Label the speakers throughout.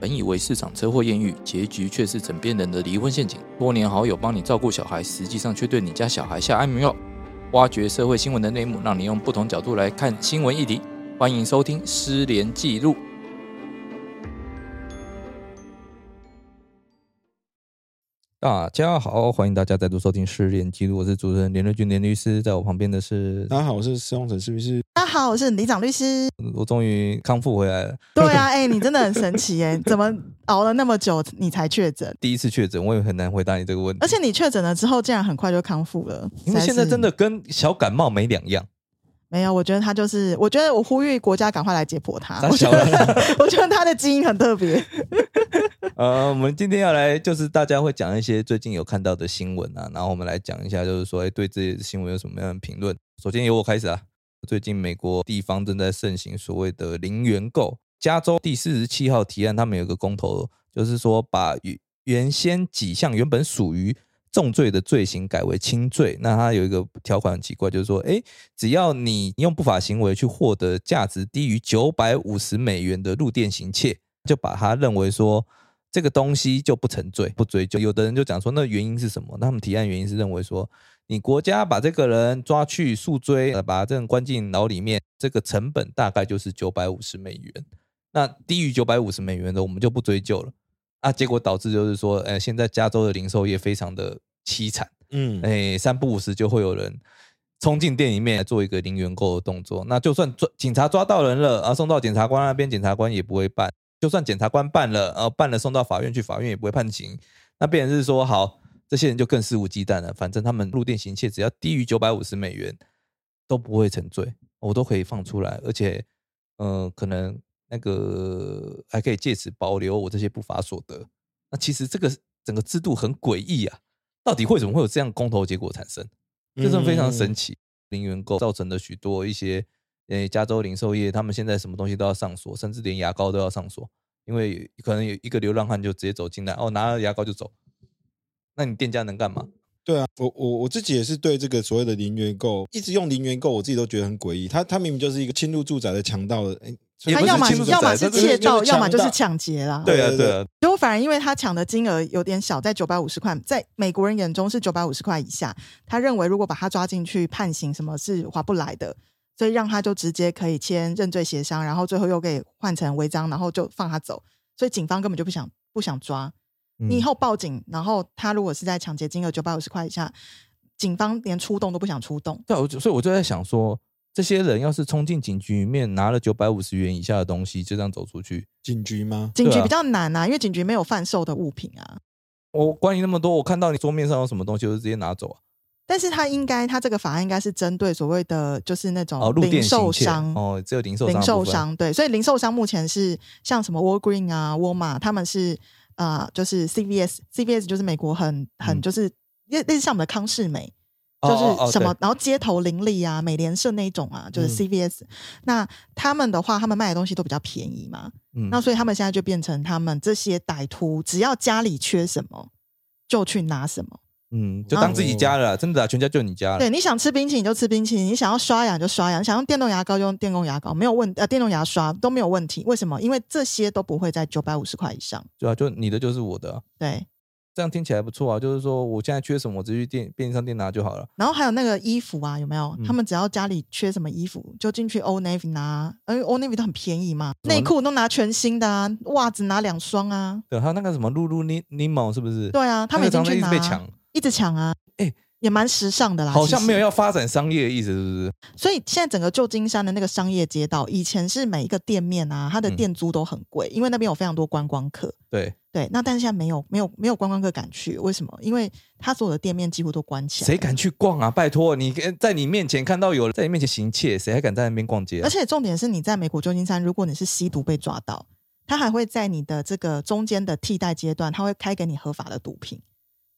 Speaker 1: 本以为市场车祸艳遇，结局却是枕边人的离婚陷阱。多年好友帮你照顾小孩，实际上却对你家小孩下安眠药。挖掘社会新闻的内幕，让你用不同角度来看新闻议题。欢迎收听《失联记录》。大家好，欢迎大家再度收听《失联记录》，我是主持人连瑞君连律师，在我旁边的是，
Speaker 2: 啊
Speaker 3: 大家好，我是施宏成，是不是？
Speaker 2: 大家好，我是李长律师。
Speaker 1: 我终于康复回来了。
Speaker 2: 对 啊，哎、你真的很神奇哎、怎么熬了那么久你才确诊？
Speaker 1: 第一次确诊，我也很难回答你这个问题
Speaker 2: 而，且你确诊了之后，竟然很快就康复了。
Speaker 1: 因为
Speaker 2: 实在
Speaker 1: 现在
Speaker 2: 是
Speaker 1: 真的跟小感冒没两样。
Speaker 2: 没有，我觉得他就是，我觉得我呼吁国家赶快来解剖他。
Speaker 1: 咱
Speaker 2: 我
Speaker 1: 小
Speaker 2: 觉得，
Speaker 1: 了。
Speaker 2: 我觉得他的基因很特别。
Speaker 1: 呃，我们今天要来就是大家会讲一些最近有看到的新闻啊，然后我们来讲一下，就是说，哎，对这些新闻有什么样的评论？首先由我开始啊。最近美国地方正在盛行所谓的零元购，加州第四十七号提案，他们有个公投，就是说把原原先几项原本属于重罪的罪行改为轻罪。那它有一个条款很奇怪，就是说，哎，只要你用不法行为去获得价值低于九百五十美元的入店行窃，就把它认为说这个东西就不成罪，不追究。有的人就讲说，那原因是什么？那他们提案原因是认为说，你国家把这个人抓去诉追，呃把这个人关进牢里面，这个成本大概就是九百五十美元。那低于九百五十美元的，我们就不追究了。啊，结果导致就是说，呃，现在加州的零售业非常的凄惨。
Speaker 3: 嗯，
Speaker 1: 哎，三不五时就会有人冲进店里面来做一个零元购的动作。那就算抓警察抓到人了，啊，送到检察官那边，检察官也不会办；就算检察官办了，啊，办了送到法院去，法院也不会判刑。那变成是说，好，这些人就更肆无忌惮了。反正他们入店行窃只要低于九百五十美元都不会成罪，我都可以放出来，而且，呃，可能那个还可以借此保留我这些不法所得。那其实这个整个制度很诡异啊，到底为什么会有这样公投结果产生？这是非常神
Speaker 2: 嗯
Speaker 3: 奇。
Speaker 1: 奇。零元购造成的许多一些，呃，加州零售业他们现在什么东西都要上锁，甚至连牙膏都要上锁，因为可能有一个流浪汉就直接走进来，哦，拿了牙膏就走，那你店家能干嘛？
Speaker 3: 对啊，我我我自己也是对这个所谓的零元购，一直用零元购，我自己都觉得很诡异。他他明明就是一个侵入住宅的强盗的，哎，
Speaker 1: 也
Speaker 2: 他
Speaker 1: 不是
Speaker 2: 要么
Speaker 1: 侵入
Speaker 2: 要么
Speaker 1: 住宅
Speaker 2: 是
Speaker 1: 这
Speaker 2: 窃盗，
Speaker 3: 就是
Speaker 2: 要么就是
Speaker 3: 强盗
Speaker 2: 抢劫啦。
Speaker 1: 对啊，
Speaker 3: 对
Speaker 1: 对啊，
Speaker 2: 结果反而因为他抢的金额有点小，在九百五十块，在美国人眼中是九百五十块以下。他认为如果把他抓进去判刑，什么是划不来的，所以让他就直接可以签认罪协商，然后最后又给换成违章，然后就放他走。所以警方根本就不想不想抓
Speaker 1: 嗯
Speaker 2: 你，以后报警，然后他如果是在抢劫金额九百五十块以下，警方连出动都不想出动。
Speaker 1: 对啊，我就所以我就在想说，这些人要是冲进警局里面拿了九百五十元以下的东西，就这样走出去，
Speaker 3: 警局吗？
Speaker 2: 警
Speaker 1: 对
Speaker 2: 局
Speaker 1: 啊
Speaker 2: 比较难啊，因为警局没有贩售的物品啊。
Speaker 1: 我关于那么多，我看到你桌面上有什么东西，我就直接拿走啊。
Speaker 2: 但是他应该，他这个法案应该是针对所谓的就是那
Speaker 1: 哦，
Speaker 2: 种
Speaker 1: 入
Speaker 2: 零
Speaker 1: 店行
Speaker 2: 售
Speaker 1: 窃
Speaker 2: 商
Speaker 1: 哦，只有零售商的
Speaker 2: 零
Speaker 1: 部分，
Speaker 2: 售商对，所以零售商目前是像什么 Walgreen 啊、沃尔玛，他们是啊、呃就是 CVS，CVS 就是美国很很
Speaker 1: 嗯
Speaker 2: 就是类类似像我们的康士美，
Speaker 1: 哦哦
Speaker 2: 就
Speaker 1: 哦
Speaker 2: 是什么
Speaker 1: 对，
Speaker 2: 然后街头邻里啊、美联社那一种啊，就是
Speaker 3: 嗯
Speaker 2: CVS。那他们的话，他们卖的东西都比较便宜嘛，
Speaker 1: 嗯
Speaker 2: 那所以他们现在就变成他们这些歹徒，只要家里缺什么就去拿什么。
Speaker 1: 嗯，就当自己家了啦，真的啊，全家就你家了。
Speaker 2: 哦对，你想吃冰淇淋就吃冰淇淋，你想要刷牙就刷牙，你想用电动牙膏就用电动牙膏，没有问呃电动牙刷都没有问题。为什么？因为这些都不会在九百五十块以上。
Speaker 1: 对啊，就你的就是我的啊、
Speaker 2: 对，
Speaker 1: 这样听起来不错啊。就是说，我现在缺什么，我直接去店便利商店拿就好了。
Speaker 2: 然后还有那个衣服啊，有没有？
Speaker 1: 嗯
Speaker 2: 他们只要家里缺什么衣服，就进去 Old Navy 拿，因为 Old Navy 都很便宜嘛，
Speaker 1: 什么
Speaker 2: 内裤都拿全新的啊，袜子拿两双啊，
Speaker 1: 对，还有那个什么露露尼尼毛是不是？
Speaker 2: 对啊，他
Speaker 1: 那
Speaker 2: 们已
Speaker 1: 个
Speaker 2: 经
Speaker 1: 常常
Speaker 2: 去
Speaker 1: 一
Speaker 2: 拿
Speaker 1: 直
Speaker 2: 啊，
Speaker 1: 被抢，
Speaker 2: 一直抢啊，
Speaker 1: 哎
Speaker 2: 也蛮时尚的啦，
Speaker 1: 好像
Speaker 2: 其实
Speaker 1: 没有要发展商业的意思，是不是？
Speaker 2: 所以现在整个旧金山的那个商业街道，以前是每一个店面啊，它的
Speaker 1: 嗯
Speaker 2: 店租都很贵，因为那边有非常多观光客。
Speaker 1: 对，
Speaker 2: 对，那但是现在没有没有没有观光客敢去，为什么？因为他所有的店面几乎都关起来，
Speaker 1: 谁？敢去逛啊？拜托，你跟在你面前看到有人在你面前行窃，谁还敢在那边逛街、啊？
Speaker 2: 而且重点是你在美国旧金山，如果你是吸毒被抓到，他还会在你的这个中间的替代阶段，他会开给你合法的毒品，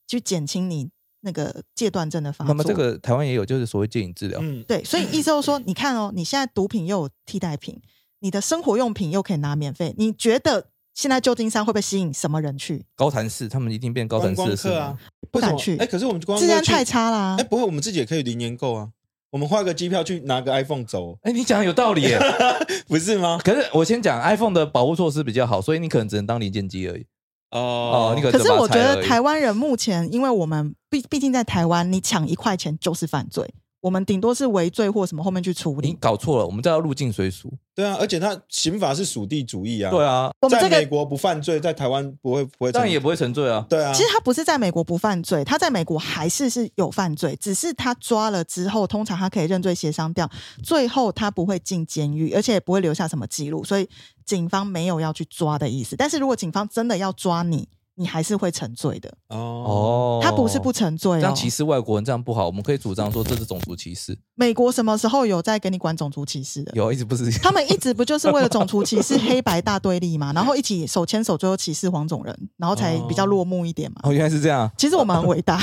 Speaker 2: 去减轻你那个戒断症的发
Speaker 1: 那
Speaker 2: 作。
Speaker 1: 么这个台湾也有，就是所谓戒瘾治疗。
Speaker 3: 嗯，
Speaker 2: 对，所以意思就是说，你看哦，你现在毒品又有替代品，你的生活用品又可以拿免费，你觉得现在旧金山会不会吸引什么人去？
Speaker 1: 高潭市，他们一定变高
Speaker 3: 观
Speaker 1: 潭市
Speaker 3: 光
Speaker 1: 的市
Speaker 3: 客啊
Speaker 1: 吗，
Speaker 2: 不敢
Speaker 3: 为什么
Speaker 2: 去
Speaker 3: 哎，可是我们观光
Speaker 2: 治
Speaker 3: 客
Speaker 2: 安
Speaker 3: 去
Speaker 2: 太，差啦、
Speaker 3: 哎，不会，我们自己也可以零元购啊。我们花个机票去拿个 iPhone 走，
Speaker 1: 哎，你讲的有道理耶。
Speaker 3: 不是吗？
Speaker 1: 可是我先讲 iPhone 的保护措施比较好，所以你可能只能当零件机而已。
Speaker 3: 哦
Speaker 1: 哦你可
Speaker 2: 可是我觉
Speaker 1: 这把菜而
Speaker 2: 得
Speaker 1: 已
Speaker 2: 台湾人目前，因为我们毕毕竟在台湾，你抢一块钱就是犯罪，我们顶多是违罪或什么后面去处
Speaker 1: 你
Speaker 2: 理。
Speaker 1: 搞错了，我们这叫入境随俗。
Speaker 3: 对啊，而且他刑法是属地主义啊，
Speaker 1: 对啊，
Speaker 2: 我们
Speaker 3: 在
Speaker 2: 这
Speaker 3: 美
Speaker 2: 个
Speaker 3: 国不犯罪，在台湾不会不会成，
Speaker 1: 但也不会沉醉啊。
Speaker 3: 对啊，
Speaker 2: 其实他不是在美国不犯罪，他在美国还是是有犯罪，只是他抓了之后，通常他可以认罪协商掉，最后他不会进监狱，而且也不会留下什么记录，所以警方没有要去抓的意思。但是如果警方真的要抓你，你还是会沉醉的，
Speaker 3: 哦
Speaker 1: 哦，
Speaker 2: 他不是不沉醉
Speaker 1: 这
Speaker 2: 哦
Speaker 1: 样。歧视外国人，这样不好。我们可以主张说这是种族歧视，
Speaker 2: 美国什么时候有在给你管种族歧视的？
Speaker 1: 有一直不是。
Speaker 2: 他们一直不就是为了种族歧视黑白大对立嘛，然后一起手牵手，最后歧视黄种人，然后才比较落幕一点嘛。
Speaker 1: 哦，原来是这样。
Speaker 2: 其实我们很伟大，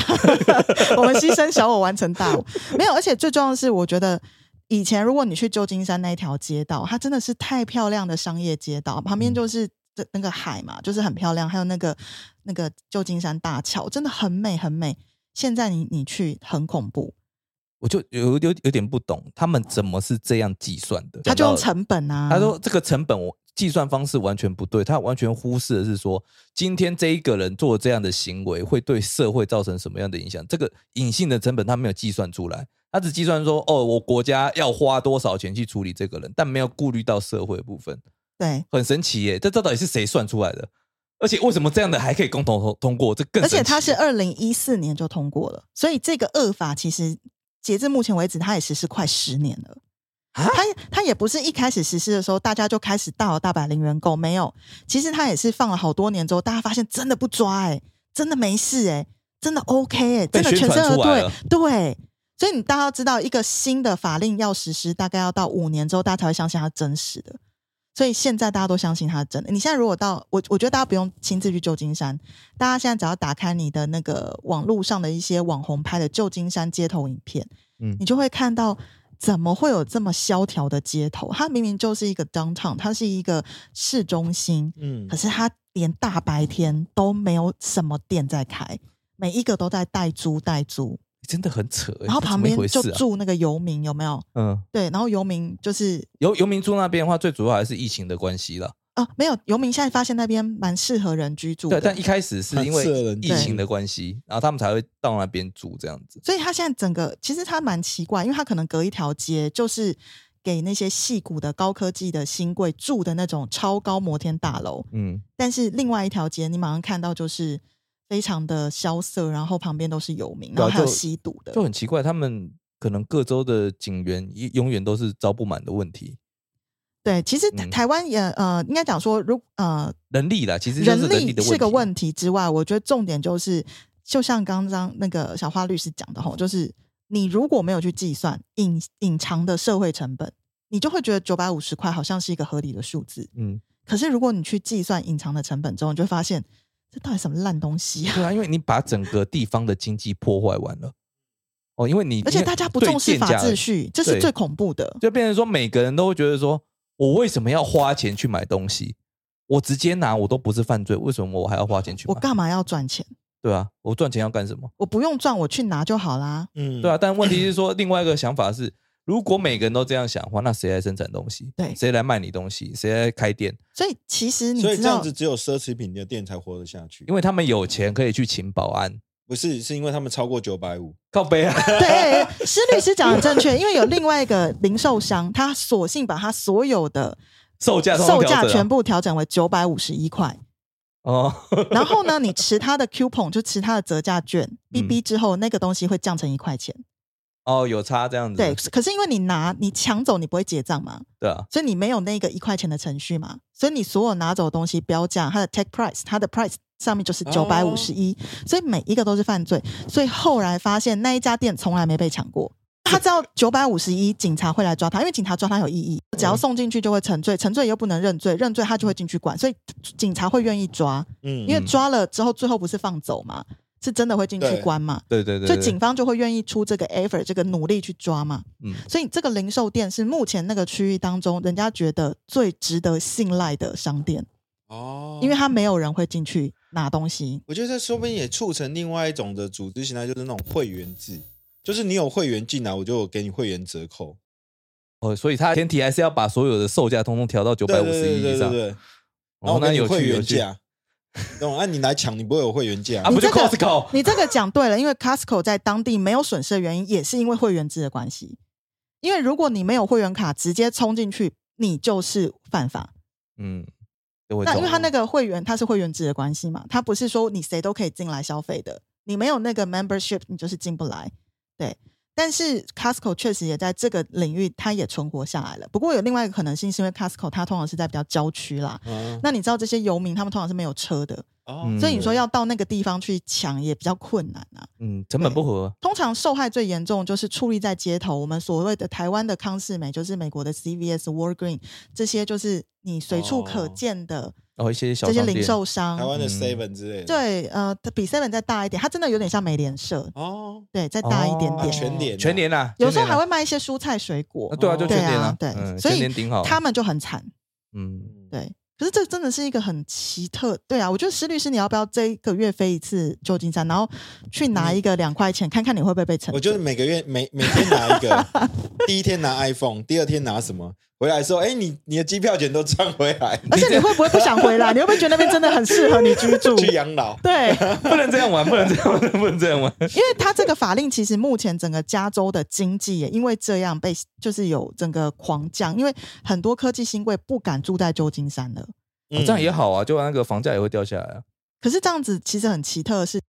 Speaker 2: 我们牺牲小我完成大我。没有，而且最重要的是，我觉得以前如果你去旧金山那一条街道，它真的是太漂亮的商业街道，旁
Speaker 1: 嗯
Speaker 2: 边就是这那个海嘛，就是很漂亮，还有那个那个旧金山大桥，真的很美很美。现在你你去很恐怖，
Speaker 1: 我就有有有点不懂，他们怎么是这样计算的？
Speaker 2: 他就用
Speaker 1: 讲到
Speaker 2: 成本啊。
Speaker 1: 他说这个成本我计算方式完全不对，他完全忽视的是说，今天这一个人做这样的行为会对社会造成什么样的影响？这个隐性的成本他没有计算出来，他只计算说哦，我国家要花多少钱去处理这个人，但没有顾虑到社会的部分，
Speaker 2: 对，
Speaker 1: 很神奇耶！这这到底是谁算出来的？而且为什么这样的还可以共同通通过？这更
Speaker 2: 而且
Speaker 1: 神奇
Speaker 2: 它是二零一四年就通过了，所以这个恶法其实截至目前为止，它也实施快十年了。
Speaker 1: 啊
Speaker 2: 它它也不是一开始实施的时候，大家就开始大摇大摆零元购，没有。其实它也是放了好多年之后，大家发现真的不抓、欸，真的没事、欸，真的 OK，哎、
Speaker 1: 被
Speaker 2: 真的
Speaker 1: 宣
Speaker 2: 全身
Speaker 1: 传
Speaker 2: 而
Speaker 1: 出来
Speaker 2: 退
Speaker 1: 了，
Speaker 2: 对。所以你大家要知道，一个新的法令要实施，大概要到五年之后，大家才会相信它是真实的。所以现在大家都相信它是真的。你现在如果到我，我觉得大家不用亲自去旧金山，大家现在只要打开你的那个网络上的一些网红拍的旧金山街头影片，
Speaker 1: 嗯
Speaker 2: 你就会看到怎么会有这么萧条的街头？它明明就是一个 downtown，它是一个市中心，
Speaker 3: 嗯
Speaker 2: 可是它连大白天都没有什么店在开，每一个都在代租代租，
Speaker 1: 真的很扯耶，
Speaker 2: 然后
Speaker 1: 这
Speaker 2: 旁
Speaker 1: 怎么一
Speaker 2: 边
Speaker 1: 回
Speaker 2: 就
Speaker 1: 事啊
Speaker 2: 住那个游民，有没有？
Speaker 1: 嗯。
Speaker 2: 对，然后游民就是
Speaker 1: 游游民住那边的话，最主要还是疫情的关系啦。
Speaker 2: 啊，没有游民现在发现那边蛮适合人居住
Speaker 1: 对，啊
Speaker 2: 的，
Speaker 1: 但一开始是因为
Speaker 3: 很适合人
Speaker 1: 疫
Speaker 3: 住
Speaker 1: 情的关系，然后他们才会到那边住这样子。
Speaker 2: 所以他现在整个其实他蛮奇怪，因为他可能隔一条街就是给那些戏骨的高科技的新贵住的那种超高摩天大楼，
Speaker 1: 嗯，
Speaker 2: 但是另外一条街你马上看到就是非常的萧瑟，然后旁边都是游民，
Speaker 1: 对啊
Speaker 2: 然后还有
Speaker 1: 就
Speaker 2: 吸毒的
Speaker 1: 就。很奇怪，他们可能各州的警员一永远都是招不满的问题，
Speaker 2: 对，其实台
Speaker 1: 嗯
Speaker 2: 台湾也呃，应该讲说，如呃，
Speaker 1: 人力啦，其实就是
Speaker 2: 人
Speaker 1: 人力
Speaker 2: 力
Speaker 1: 的问题。
Speaker 2: 是个问题之外，我觉得重点就是，就像刚刚那个小花律师讲的吼，就是你如果没有去计算隐隐藏的社会成本，你就会觉得九百五十块好像是一个合理的数字。
Speaker 1: 嗯，
Speaker 2: 可是如果你去计算隐藏的成本之后，你就会发现这到底什么烂东西啊！
Speaker 1: 对啊，因为你把整个地方的经济破坏完了。哦，因为你
Speaker 2: 而且
Speaker 1: 因为
Speaker 2: 大家不
Speaker 1: 对
Speaker 2: 重视
Speaker 1: 店
Speaker 2: 法
Speaker 1: 家
Speaker 2: 秩序，这是
Speaker 1: 对
Speaker 2: 最恐怖的。
Speaker 1: 就变成说每个人都会觉得说，我为什么要花钱去买东西？我直接拿，我都不是犯罪，为什么我还要花钱去
Speaker 2: 我
Speaker 1: 买？
Speaker 2: 干嘛要赚钱？
Speaker 1: 对啊，我赚钱要干什么？
Speaker 2: 我不用赚，我去拿就好啦。
Speaker 3: 嗯
Speaker 1: 对啊，，但问题是说，另外一个想法是，如果每个人都这样想的话，那谁来生产东西？
Speaker 2: 对
Speaker 1: 谁来卖你东西？谁来开店？
Speaker 2: 所以其实你
Speaker 3: 所以
Speaker 2: 知
Speaker 3: 这
Speaker 2: 道
Speaker 3: 样子，只有奢侈品的店才活得下去
Speaker 1: 因，为他们有钱可以去请保安，
Speaker 3: 不是是因为他们超过九百五，
Speaker 1: 靠背啊，
Speaker 2: 对，哎施律师讲的正确，因为有另外一个零售商，他索性把他所有的
Speaker 1: 售价通通
Speaker 2: 售
Speaker 1: 调整啊
Speaker 2: 价全部调整为九百五十 一块。
Speaker 1: 哦，
Speaker 2: 然后呢，你持他的 coupon 就持他的折价券，BB
Speaker 1: 嗯
Speaker 2: 之后那个东西会降成一块钱。
Speaker 1: 哦，有差这样子，
Speaker 2: 对，可是因为你拿你抢走，你不会结账嘛，
Speaker 1: 对啊，
Speaker 2: 所以你没有那个一块钱的程序嘛，所以你所有拿走的东西标价，它的 take price，它的 price 上面就是九百五十一，
Speaker 3: 哦
Speaker 2: 所以每一个都是犯罪。所以后来发现那一家店从来没被抢过。他知道九百五十一，警察会来抓他，因为警察抓他有意义，只要送进去就会沉醉，沉醉又不能认罪，认罪他就会进去管，所以警察会愿意抓，
Speaker 3: 嗯，
Speaker 2: 因为抓了之后最后不是放走嘛，是真的会进去
Speaker 3: 对
Speaker 2: 关嘛。
Speaker 1: 对对对
Speaker 2: 所
Speaker 1: 对，
Speaker 2: 以警方就会愿意出这个 effort，这个努力去抓嘛。
Speaker 1: 嗯
Speaker 2: 所以这个零售店是目前那个区域当中，人家觉得最值得信赖的商店，
Speaker 3: 哦
Speaker 2: 因为它没有人会进去拿东西。
Speaker 3: 我觉得这说不定也促成另外一种的组织形态，就是那种会员制。就是你有会员进来，我就给你会员折扣，
Speaker 1: 哦，所以它前提还是要把所有的售价通通调到九
Speaker 3: 对
Speaker 1: 百
Speaker 3: 对
Speaker 1: 五十
Speaker 3: 对
Speaker 1: 一
Speaker 3: 对
Speaker 1: 以
Speaker 3: 对
Speaker 1: 上。
Speaker 3: 对，然
Speaker 1: 哦
Speaker 3: 后，
Speaker 1: 那
Speaker 3: 给你
Speaker 1: 有
Speaker 3: 会
Speaker 1: 趣有
Speaker 3: 员
Speaker 1: 趣
Speaker 3: 价，懂？啊，你来抢，你不会有会员价
Speaker 1: 啊，不就
Speaker 2: 你这个
Speaker 1: Costco？
Speaker 2: 你这个讲对了，因为 Costco 在当地没有损失的原因，也是因为会员制的关系。因为如果你没有会员卡，直接冲进去，你就是犯法。
Speaker 1: 嗯，对我
Speaker 2: 那因为
Speaker 1: 懂
Speaker 2: 他那个会员，他是会员制的关系嘛，他不是说你谁都可以进来消费的，你没有那个 membership，你就是进不来。对，但是 Costco 确实也在这个领域，它也存活下来了。不过有另外一个可能性，是因为 Costco 它通常是在比较郊区啦。
Speaker 3: 啊。
Speaker 2: 那你知道这些游民他们通常是没有车的，
Speaker 3: 哦
Speaker 2: 所以你
Speaker 1: 嗯
Speaker 2: 说要到那个地方去抢也比较困难啊。
Speaker 1: 嗯，成本不合。
Speaker 2: 通常受害最严重就是矗立在街头。我们所谓的台湾的康士美，就是美国的 CVS、Walgreen，这些就是你随处可见的
Speaker 1: 哦，一些小
Speaker 2: 这些
Speaker 1: 商
Speaker 2: 零
Speaker 1: 店
Speaker 2: 售
Speaker 3: 台
Speaker 2: 商。
Speaker 3: 湾的
Speaker 1: 嗯
Speaker 3: Seven 之类的，
Speaker 2: 对，呃，它比 Seven 再大一点，它真的有点像美联社，
Speaker 3: 哦，
Speaker 2: 对，再大一点
Speaker 1: 哦
Speaker 3: 啊，
Speaker 2: 点。
Speaker 3: 全脸啊
Speaker 1: 全年啊，
Speaker 2: 有时候
Speaker 1: 全联
Speaker 2: 还
Speaker 1: 啊
Speaker 2: 会卖一些蔬菜水
Speaker 1: 啊
Speaker 2: 果，
Speaker 1: 对啊，就
Speaker 3: 对
Speaker 1: 全
Speaker 3: 啊
Speaker 1: 年啊，
Speaker 2: 对
Speaker 1: 嗯
Speaker 2: 所以
Speaker 1: 全年顶好。
Speaker 2: 他们就很惨。
Speaker 1: 嗯，
Speaker 2: 对，可是这真的是一个很奇特。对啊，我觉得石律师，你要不要这一个月飞一次旧金山，然后去拿一个两块钱，看看你会不会被惩罚？
Speaker 3: 我就是每个月每每天拿 一个，第一天拿 iPhone，第二天拿什么？回来说，哎、你你的机票钱都赚回 来，
Speaker 2: 而且你会不会不想回来？你会不会觉得那边真的很适合你居住？
Speaker 3: 去养
Speaker 1: 哦
Speaker 3: 老。
Speaker 2: 对，
Speaker 1: 不能这样玩，不能这样玩，不能这样玩。
Speaker 2: 因为他这个法令其实目前整个加州的经济也因为这样被就是有整个狂降，因为很多科技新贵不敢住在旧金山了。
Speaker 1: 哦这样
Speaker 3: 嗯
Speaker 1: 也好啊，就那个房价也会掉下来啊。
Speaker 2: 可是这样子其实很奇特的是，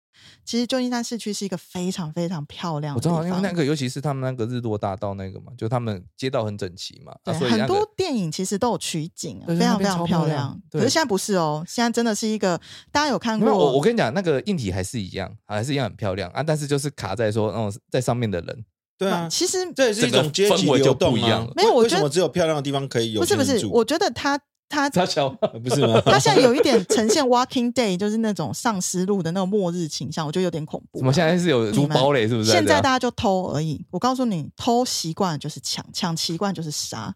Speaker 2: 其实旧金山市区是一个非常非常漂亮
Speaker 1: 我
Speaker 2: 的
Speaker 1: 知
Speaker 2: 哦地
Speaker 1: 道，啊
Speaker 2: 方，
Speaker 1: 因为那个尤其是他们那个日落大道那个嘛，就他们街道很整齐嘛，啊
Speaker 2: 对
Speaker 1: 所以
Speaker 2: 很
Speaker 1: 那个
Speaker 2: 多电影其实都有取景啊，
Speaker 1: 对
Speaker 2: 非
Speaker 1: 那
Speaker 2: 常非
Speaker 1: 边
Speaker 2: 常
Speaker 1: 超漂
Speaker 2: 漂
Speaker 1: 亮
Speaker 2: 亮。
Speaker 1: 对
Speaker 2: 可是现在不是哦，现在真的是一个大家有看
Speaker 1: 没
Speaker 2: 过
Speaker 1: 有，我我跟你讲，那个硬体还是一样，还是一样很漂亮啊，但是就是卡在说，嗯，在上面的人，
Speaker 3: 对啊，
Speaker 2: 其实
Speaker 3: 这也是一种阶级
Speaker 1: 整个氛围就
Speaker 3: 流动
Speaker 1: 不一样
Speaker 3: 啊
Speaker 1: 了。
Speaker 2: 没有
Speaker 3: 为
Speaker 2: 我
Speaker 3: 为
Speaker 2: 觉
Speaker 3: 什
Speaker 2: 得
Speaker 3: 么只有漂亮的地方可以有
Speaker 2: 不是不
Speaker 3: 钱人
Speaker 2: 是，
Speaker 3: 住
Speaker 2: 我觉得他他
Speaker 1: 他小，
Speaker 3: 呃不 是吗？
Speaker 2: 它现在有一点呈现 Walking Day，就是那种丧尸路的那种末日倾向，我觉得有点恐怖。
Speaker 1: 怎么现在是有珠包嘞？是啊不是？
Speaker 2: 现在大家就偷而已。我告诉你，偷习惯就是抢，抢习惯就是杀，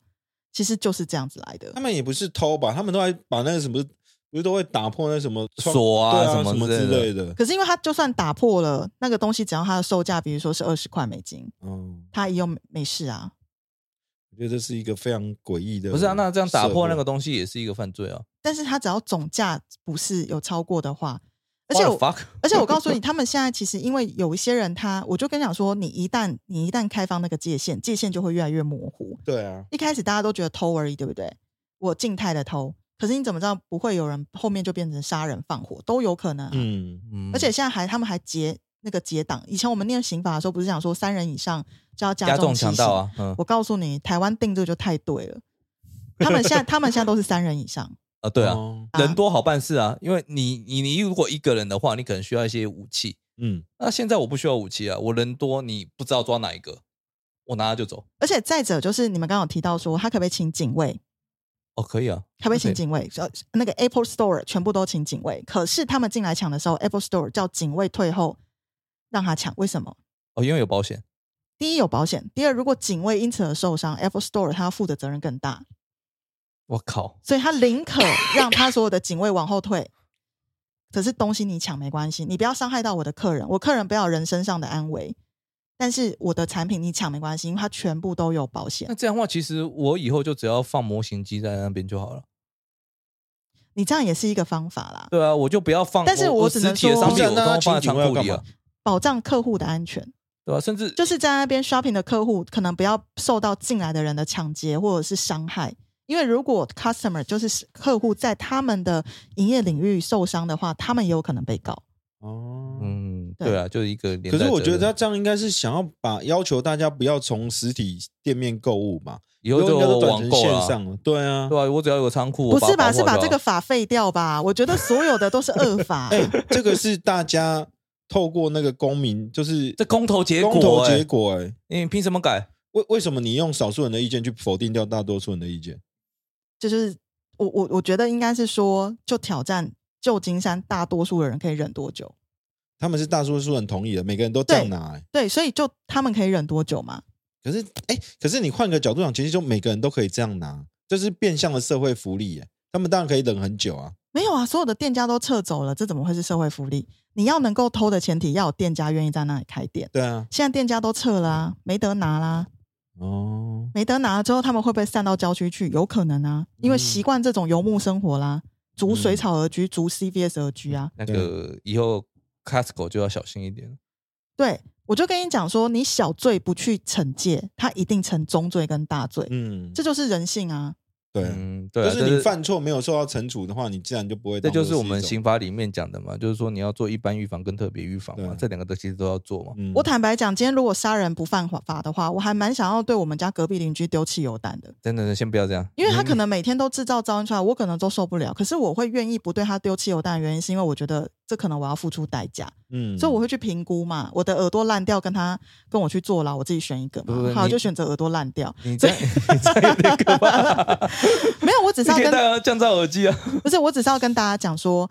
Speaker 2: 其实就是这样子来的
Speaker 3: 他。们也不是偷吧，他们都还把那个什么，不是都会打破那什么窗
Speaker 1: 锁啊
Speaker 3: 对啊
Speaker 1: 什么
Speaker 3: 什么
Speaker 1: 之
Speaker 3: 之
Speaker 1: 类的
Speaker 3: 类的。
Speaker 2: 可是因为他就算打破了那个东西，只要它的售价，比如说是二十块美金，
Speaker 3: 嗯，
Speaker 2: 他也有没事啊。
Speaker 3: 我觉得这是一个非常诡异的。
Speaker 1: 不是啊？那这样打破那个，东西也是一个犯罪啊！
Speaker 2: 但是他只要总价不是有超过的话，而且我
Speaker 1: What the fuck，
Speaker 2: 而且我告诉你，他们现在其实因为有一些人他，我就跟你讲说，你一旦你一旦开放那个界限，界限就会越来越模糊。
Speaker 3: 对啊，
Speaker 2: 一开始大家都觉得偷而已，对不对？我静态的偷，可是你怎么知道不会有人后面就变成杀人放火都有可能、啊？
Speaker 3: 嗯，
Speaker 1: 嗯
Speaker 2: 而且现在还他们还结那个结党。以前我们念刑法的时候，不是讲说三人以上就要
Speaker 1: 加重
Speaker 2: 其
Speaker 1: 强
Speaker 2: 刑
Speaker 1: 盗？啊，嗯
Speaker 2: 我告诉你，台湾定这个就太对了。他们现 在他们现在都是三人以上，
Speaker 1: 啊，对啊，
Speaker 3: 哦
Speaker 1: 人多好办事啊，因为你你你如果一个人的话，你可能需要一些武器。
Speaker 3: 嗯，
Speaker 1: 那现在我不需要武器啊，我人多，你不知道抓哪一个，我拿了就走。
Speaker 2: 而且再者就是你们刚刚有提到说，他可不可以请警卫？
Speaker 1: 哦，可以啊，
Speaker 2: 可不可以请
Speaker 1: 对
Speaker 2: 警卫？呃那个 Apple Store 全部都请警卫，可是他们进来抢的时候，Apple Store 叫警卫退后让他抢，为什么？
Speaker 1: 哦，因为有保险。
Speaker 2: 第一有保险，第二如果警卫因此而受伤，Apple Store 它要负的责任更大，
Speaker 1: 我靠，
Speaker 2: 所以他宁可让他所有的警卫往后退。可是东西你抢没关系，你不要伤害到我的客人，我客人不要人身上的安危。但是我的产品你抢没关系，因为它全部都有保险
Speaker 1: 那。这样的话，其实我以后就只要放模型机在那边就好了。
Speaker 2: 你这样也是一个方法啦，
Speaker 1: 对啊，我就不要放，
Speaker 2: 但是
Speaker 1: 我
Speaker 2: 我只
Speaker 1: 实
Speaker 2: 能
Speaker 1: 体的
Speaker 2: 说
Speaker 1: 商品
Speaker 3: 不
Speaker 1: 我
Speaker 3: 是
Speaker 1: 都
Speaker 3: 那
Speaker 1: 放在
Speaker 3: 请
Speaker 1: 仓
Speaker 3: 警卫要
Speaker 1: 库里啊
Speaker 3: 干，
Speaker 2: 保障客户的安全。
Speaker 1: 对吧、甚至
Speaker 2: 就是在那边 shopping 的客户，可能不要受到进来的人的抢劫或者是伤害，因为如果 customer 就是客户在他们的营业领域受伤的话，他们也有可能被告。
Speaker 3: 哦，
Speaker 1: 嗯，
Speaker 2: 对
Speaker 1: 对啊，就是一个连带
Speaker 3: 可
Speaker 1: 责任。
Speaker 3: 是我觉得他这样应该是想要把要求大家不要从实体店面购物嘛，
Speaker 1: 以后
Speaker 3: 因为
Speaker 1: 就
Speaker 3: 应该都转
Speaker 1: 网
Speaker 3: 成
Speaker 1: 购了
Speaker 3: 线
Speaker 1: 啊，
Speaker 3: 上了。对啊
Speaker 1: 对，吧、我只要有仓库，我
Speaker 2: 不是吧？
Speaker 1: 它
Speaker 2: 是
Speaker 1: 保
Speaker 2: 把
Speaker 1: 护好
Speaker 2: 这个法废掉吧？我觉得所有的都是恶法。
Speaker 3: 哎、这个是大家透过那个公民，就是
Speaker 1: 这公投结果、
Speaker 3: 公投
Speaker 1: 欸
Speaker 3: 结果、哎，
Speaker 1: 你凭什么改？
Speaker 3: 为为什么你用少数人的意见去否定掉大多数人的意见？
Speaker 2: 这就是我我我觉得应该是说，就挑战旧金山大多数的人可以忍多久？
Speaker 3: 他们是大多数人同意的，每个人都这样
Speaker 2: 对
Speaker 3: 拿、哎
Speaker 2: 对，所以就他们可以忍多久嘛？
Speaker 3: 可是，哎、可是你换个角欸度想，其实就每个人都可以这样拿，这是变相的社会福利、哎，他们当然可以等很久啊。
Speaker 2: 没有啊，所有的店家都撤走了，这怎么会是社会福利？你要能够偷的前提，要有店家愿意在那里开店。
Speaker 3: 对啊，
Speaker 2: 现在店家都撤啦、没得拿啦，
Speaker 3: 哦，
Speaker 2: 没得拿了之后，他们会不会散到郊区去？有可能啊，因为习惯这种游牧生活啦，逐水草而居，逐 CVS 而居啊。
Speaker 1: 那个以后 Costco 就要小心一点。
Speaker 2: 对，我就跟你讲说，你小罪不去惩戒，他一定成中罪跟大罪，
Speaker 3: 嗯，
Speaker 2: 这就是人性啊。
Speaker 3: 对，
Speaker 1: 嗯，对、
Speaker 3: 就
Speaker 1: 啊，
Speaker 3: 是你犯错没有受到惩处的话，你自然就不会
Speaker 1: 这
Speaker 3: 当
Speaker 1: 就
Speaker 3: 做一种。
Speaker 1: 是我们刑法里面讲的嘛，就是说你要做一般预防跟特别预防嘛，
Speaker 3: 对啊
Speaker 1: 这两个都其实都要做嘛。
Speaker 3: 嗯，
Speaker 2: 我坦白讲，今天如果杀人不犯法的话，我还蛮想要对我们家隔壁邻居丢汽油弹的，
Speaker 1: 真的，先不要这样，
Speaker 2: 因为他可能每天都制造噪音出来，我可能都受不了。可是我会愿意不对他丢汽油弹，的原因是因为我觉得这可能我要付出代价，
Speaker 3: 嗯，
Speaker 2: 所以我会去评估嘛，我的耳朵烂掉，跟他跟我去坐牢，我自己选一个
Speaker 1: 不不
Speaker 2: 嘛，好，我
Speaker 1: 你
Speaker 2: 就选择耳朵烂掉。
Speaker 1: 你这样 你这样有点可 怕。
Speaker 2: 没有，我 只
Speaker 1: 你
Speaker 2: 是要
Speaker 1: 可以
Speaker 2: 跟
Speaker 1: 戴上降噪耳机啊。
Speaker 2: 不是，我只是要跟大家讲说，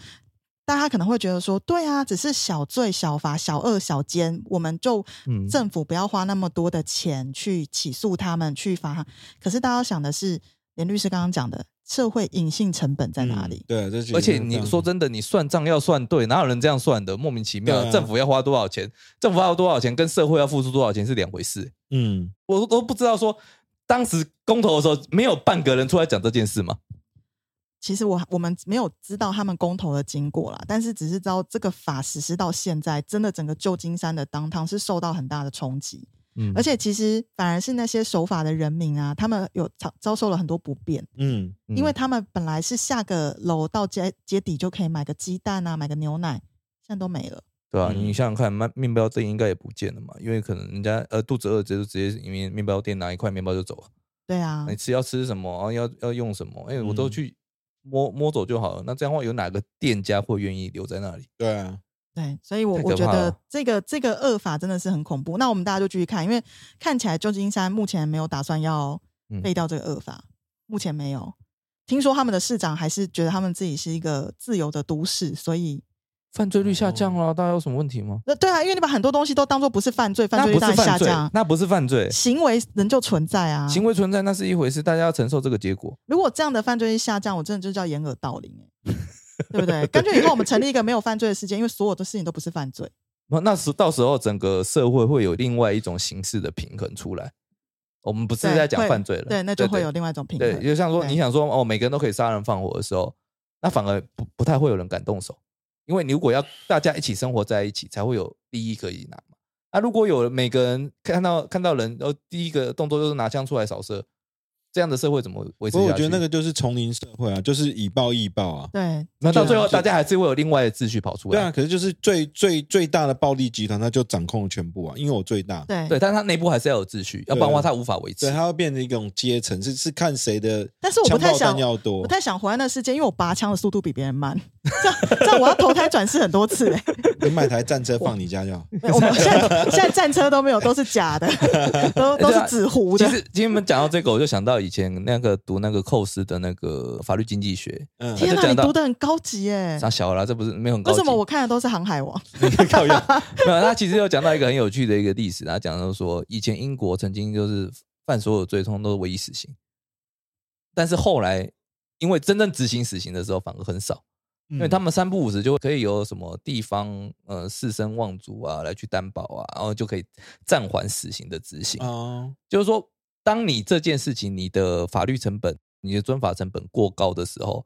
Speaker 2: 大家可能会觉得说，对啊，只是小罪、小罚、小恶、小奸，我们就
Speaker 1: 嗯
Speaker 2: 政府不要花那么多的钱去起诉他们、去罚他。可是大家要想的是，连律师刚刚讲的，社会隐性成本在哪里
Speaker 3: 嗯？对，这是
Speaker 1: 而且你说真的，你算账要算对，哪有人这样算的？莫名其妙，
Speaker 3: 对啊
Speaker 1: 政府要花多少钱，政府花多少钱跟社会要付出多少钱是两回事。
Speaker 3: 嗯，
Speaker 1: 我都不知道说，当时公投的时候，没有半个人出来讲这件事嘛？
Speaker 2: 其实我我们没有知道他们公投的经过啦，但是只是知道这个法实施到现在，真的整个旧金山的当堂是受到很大的冲击，
Speaker 1: 嗯
Speaker 2: 而且其实反而是那些守法的人民啊，他们有遭遭受了很多不便。
Speaker 3: 嗯
Speaker 1: 嗯
Speaker 2: 因为他们本来是下个楼到街街底就可以买个鸡蛋啊，买个牛奶，现在都没了。
Speaker 1: 对啊，
Speaker 3: 嗯
Speaker 1: 你想想看，面面包店应该也不见了嘛，因为可能人家呃肚子饿，直接就直接里面面包店拿一块面包就走了。
Speaker 2: 对啊
Speaker 1: 你，吃要吃什么，然后要要用什么，哎，我都
Speaker 3: 嗯
Speaker 1: 去摸摸走就好了。那这样的话，有哪个店家会愿意留在那里？
Speaker 3: 对啊，
Speaker 2: 对，所以我
Speaker 1: 太可
Speaker 2: 我觉
Speaker 1: 怕
Speaker 2: 得
Speaker 1: 了
Speaker 2: 这个这个恶法真的是很恐怖。那我们大家就继续看，因为看起来旧金山目前没有打算要
Speaker 1: 嗯
Speaker 2: 废掉这个恶法，目前没有。听说他们的市长还是觉得他们自己是一个自由的都市，所以
Speaker 1: 犯罪率下降
Speaker 2: 哦
Speaker 1: 了，大家有什么问题吗？
Speaker 2: 那对啊，因为你把很多东西都当做不是犯罪，犯
Speaker 1: 那
Speaker 2: 罪
Speaker 1: 不
Speaker 2: 率当
Speaker 1: 是
Speaker 2: 然下
Speaker 1: 犯罪
Speaker 2: 降，，
Speaker 1: 那不是犯罪，
Speaker 2: 行为仍旧存在啊。
Speaker 1: 行为存在那是一回事，大家要承受这个结果。
Speaker 2: 如果这样的犯罪率下降，我真的就叫掩耳盗铃、欸，对不对？干脆以后我们成立一个没有犯罪的事件，因为所有的事情都不是犯罪。
Speaker 1: 那那时到时候整个社会会有另外一种形式的平衡出来。我们不 是
Speaker 2: 对
Speaker 1: 在讲
Speaker 2: 会
Speaker 1: 犯罪了，
Speaker 2: 对，那就会
Speaker 1: 对
Speaker 2: 有另外一种评
Speaker 1: 对，
Speaker 2: 论。
Speaker 1: 就像说
Speaker 2: 对
Speaker 1: 你想说哦，每个人都可以杀人放火的时候，那反而不不太会有人敢动手，因为你如果要大家一起生活在一起，才会有利益可以拿嘛。那、如果有每个人看到看到人，然后第一个动作就是拿枪出来扫射，这样的社会怎么维
Speaker 3: 不
Speaker 1: 持
Speaker 3: 过我
Speaker 1: 下
Speaker 3: 觉
Speaker 1: 去？
Speaker 3: 得那个就是丛林社会啊，就是以暴易暴啊，
Speaker 2: 对，
Speaker 1: 那到最后，
Speaker 3: 就
Speaker 1: 大家还是会有另外的秩序跑出
Speaker 3: 对
Speaker 1: 来。
Speaker 3: 啊，可是就是最最最大的暴力集团，它就掌控了全部啊，因为我最大，
Speaker 2: 对
Speaker 1: 对，但是它内部还是要有秩序，要不然的话它无法维持
Speaker 3: 对，。啊它会变成一种阶层，是是看谁的，
Speaker 2: 但是我不太想
Speaker 3: 要多
Speaker 2: 不，太想活在那世界，因为我拔枪的速度比别人慢， 这样这样我要投胎转世很多次、欸。
Speaker 3: 你买台 战车放你家就好，
Speaker 2: 对我们现在现在战车都没有，都是假的，都都是纸糊
Speaker 1: 啊其
Speaker 2: 的。
Speaker 1: 实今天我们讲到这个，我就想到以前那个读那个寇斯的那个法律经济学，
Speaker 3: 嗯，
Speaker 1: 他
Speaker 2: 天哪，
Speaker 1: 就讲
Speaker 2: 你
Speaker 1: 到
Speaker 2: 读的很高级哎、
Speaker 1: 傻小啊啦，这不是没有很高
Speaker 2: 为
Speaker 1: 级。
Speaker 2: 什么我看的都是《航海王》？
Speaker 1: 啊
Speaker 3: 靠腰
Speaker 1: 没有，他其实有讲到一个很有趣的一个历史，他讲到说，以前英国曾经就是犯所有罪，通通都是唯一死刑，但是后来因为真正执行死刑的时候反而很少，
Speaker 3: 嗯
Speaker 1: 因为他们三不五时就可以由什么地方呃士绅望族啊来去担保啊，然后就可以暂缓死刑的执行。
Speaker 3: 哦，
Speaker 1: 就是说，当你这件事情你的法律成本、你的专法成本过高的时候，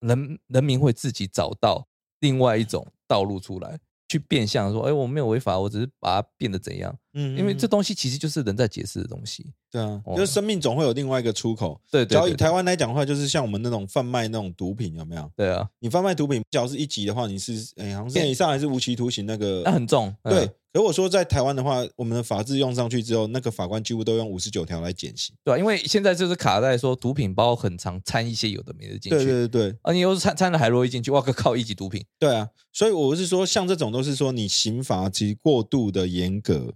Speaker 1: 人人民会自己找到另外一种道路出来，去变相说：“哎，我没有违法，我只是把它变得怎样。”
Speaker 3: 嗯，
Speaker 1: 因为这
Speaker 3: 都
Speaker 1: 东西其实就是人在解释的东西。
Speaker 3: 对啊，
Speaker 1: 哦
Speaker 3: 就是生命总会有另外一个出口。
Speaker 1: 对
Speaker 3: 只
Speaker 1: 对
Speaker 3: 要以
Speaker 1: 对，
Speaker 3: 台湾来讲的话，就是像我们那种贩卖那种毒品，有没有？
Speaker 1: 对啊，
Speaker 3: 你贩卖毒品，只要是一级的话，你是哎、好像是以上还是无期徒刑那个？
Speaker 1: 那很重。嗯
Speaker 3: 对。可我说在台湾的话，我们的法制用上去之后，那个法官几乎都用五十九条来减刑。
Speaker 1: 对啊，因为现在就是卡在说毒品包很常掺一些有的没的进
Speaker 3: 对
Speaker 1: 去，
Speaker 3: 对对对
Speaker 1: 啊，你又是掺掺了海洛因进去，哇靠，一级毒品。
Speaker 3: 对啊！所以我是说，像这种都是说你刑罚其实过度的严格，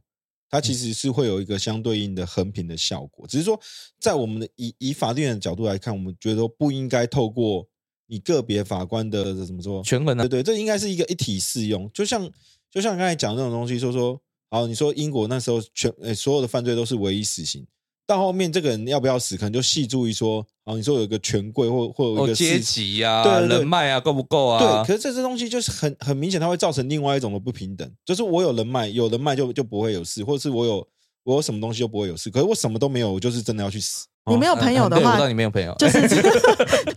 Speaker 3: 它
Speaker 1: 嗯
Speaker 3: 其实是会有一个相对应的横平的效果。只是说，在我们的以以法律人的角度来看，我们觉得不应该透过你个别法官的怎么说
Speaker 1: 权衡呢
Speaker 3: 对？对，这应该是一个一体适用，就像就像刚才讲的那种东西，说说，好，你说英国那时候全呃所有的犯罪都是唯一死刑，到后面这个人要不要死，可能就细注意说，啊，你说有一个权贵或或有一
Speaker 1: 哦，
Speaker 3: 个
Speaker 1: 阶
Speaker 3: 世
Speaker 1: 级呀、
Speaker 3: 对对对
Speaker 1: 人脉啊，够不够啊？
Speaker 3: 对，可是这些东西就是很很明显，它会造成另外一种的不平等，就是我有人脉，有人脉就就不会有事，或者是我有我有什么东西就不会有事，可是我什么都没有，我就是真的要去死。
Speaker 2: 你没有朋友的
Speaker 1: 哦嗯啊对我
Speaker 2: 话
Speaker 1: 知，道你没有朋友，
Speaker 2: 就是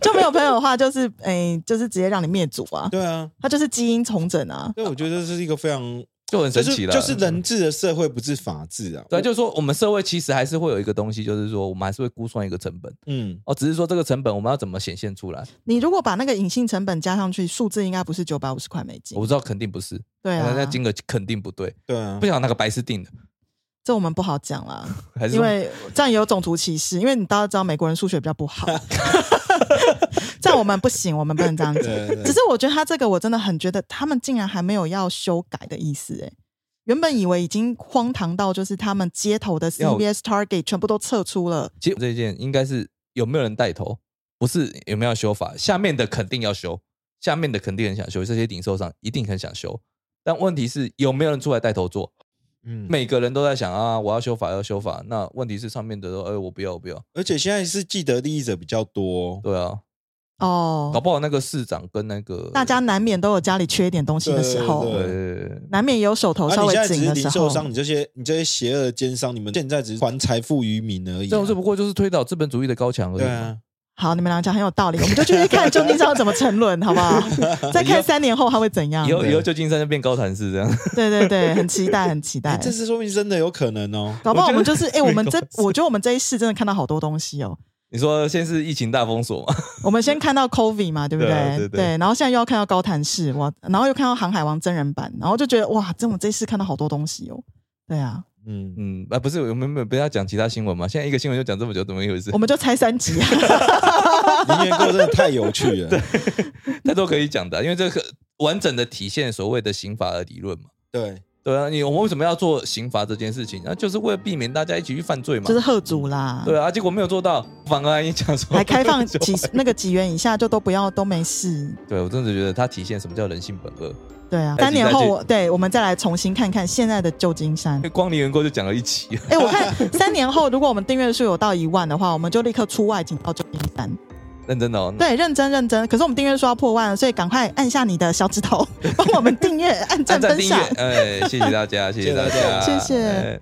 Speaker 2: 就没有朋友的话，就是诶、就是直接让你灭族啊，
Speaker 3: 对啊，
Speaker 2: 它就是基因重整啊。
Speaker 3: 所以我觉得这是一个非常
Speaker 1: 就很
Speaker 3: 就
Speaker 1: 神
Speaker 3: 是
Speaker 1: 奇了，嗯
Speaker 3: 就是人治的社会不是法治啊。
Speaker 1: 对，
Speaker 3: 我
Speaker 1: 就是说我们社会其实还是会有一个东西，就是说我们还是会估算一个成本
Speaker 3: 嗯，
Speaker 1: 哦，只是说这个成本我们要怎么显现出来？
Speaker 2: 你如果把那个隐性成本加上去，数字应该不是九百五十块美金
Speaker 1: 我。知道肯定不是，
Speaker 2: 对啊
Speaker 1: 那，那金额肯定不对，
Speaker 3: 对啊
Speaker 1: 不，晓得哪个白是定的，
Speaker 2: 这我们不好讲啦，
Speaker 1: 还是
Speaker 2: 因为这样有种族歧视。因为你大家知道美国人数学比较不 好，这样我们不行，我们不能这样讲。
Speaker 3: 对对
Speaker 2: 只是我觉得他这个我真的很觉得他们竟然还没有要修改的意思哎、原本以为已经荒唐到就是他们街头的
Speaker 1: 要
Speaker 2: CVS、Target 全部都撤出了，
Speaker 1: 其实这件应该是有没有人带头，不是有没有修法，下面的肯定要修，下面的肯定很想修，这些零售商一定很想修，但问题是有没有人出来带头做？
Speaker 3: 嗯，
Speaker 1: 每个人都在想啊，我要修法，要修法。那问题是上面的说，哎、我不要，我不要。
Speaker 3: 而且现在是既得利益者比较多，
Speaker 1: 对啊，搞
Speaker 2: 哦，
Speaker 1: 不好那个市长跟那个
Speaker 2: 大家难免都有家里缺一点东西的时候，
Speaker 3: 对对
Speaker 1: 对
Speaker 2: 难免也有手头
Speaker 3: 啊，
Speaker 2: 哦稍
Speaker 3: 你现在
Speaker 2: 微
Speaker 3: 只
Speaker 2: 紧
Speaker 3: 是
Speaker 2: 的时
Speaker 3: 零
Speaker 2: 候
Speaker 3: 售。商，你这些你这些邪恶的奸商，你们现在只是还财富于民而已、
Speaker 1: 这种
Speaker 3: 啊
Speaker 1: 只。不过就是推倒资本主义的高墙而已
Speaker 3: 对
Speaker 1: 嘛。
Speaker 3: 啊，
Speaker 2: 好，你们俩讲很有道理，我们就去看究竟知道怎么沉沦，好 不好？再看三年后他会怎样
Speaker 1: 以？后
Speaker 3: 对
Speaker 1: 以后旧金山就变高谈市这样，
Speaker 2: 对对对，很期待，很期待
Speaker 3: 哎，。这是说明真的有可能哦。
Speaker 2: 搞不好我们就是哎、我
Speaker 1: 美
Speaker 2: 们
Speaker 1: 国
Speaker 2: 这我觉得我们这一世真的看到好多东西哦。
Speaker 1: 你说先是疫情大封锁嘛，
Speaker 2: 我们先看到 COVID 嘛，对不对？
Speaker 1: 对啊对对
Speaker 2: 然后现在又要看到高谭市哇，然后又看到《航海王》真人版，然后就觉得哇，这我们这一次看到好多东西哦。对啊，
Speaker 3: 嗯，
Speaker 1: 嗯啊不是，我们没有不是要讲其他新闻嘛？现在一个新闻就讲这么久，怎么一回事
Speaker 2: 我？们就拆三集 啊。
Speaker 3: 林元购真的太有趣了。
Speaker 1: 太多可以讲的啊，因为这个完整的体现所谓的刑法的理论嘛。
Speaker 3: 对，
Speaker 1: 对啊，你我们为什么要做刑罚这件事情？那、就是为了避免大家一起去犯罪嘛。
Speaker 2: 就是贺主啦。
Speaker 1: 对啊，结果没有做到，反而还讲 说
Speaker 2: 还开放
Speaker 1: 就
Speaker 2: 几那个几元以下就都不要，都没事。
Speaker 1: 对我真的觉得它体现什么叫人性本恶。因
Speaker 2: 对啊，
Speaker 1: 再
Speaker 2: 三
Speaker 1: 去
Speaker 2: 年
Speaker 1: 再
Speaker 2: 后
Speaker 1: 去
Speaker 2: 我对我们再来重新看看现在的旧 金山
Speaker 1: 为。光林元锅就讲了一啊期，
Speaker 2: 哎、我看三年后如果我们订阅数有到一万的话，我们就立刻出外景到旧金山。
Speaker 1: 嗯认真的哦。
Speaker 2: 对，认真认真。可是我们订阅数要破万了，所以赶快按下你的小 指头，帮我们订阅、按赞、
Speaker 1: 按赞
Speaker 2: 分
Speaker 1: 订阅
Speaker 2: 享。，
Speaker 1: 哎，谢谢大家，谢谢大家，
Speaker 2: 谢谢
Speaker 1: 哎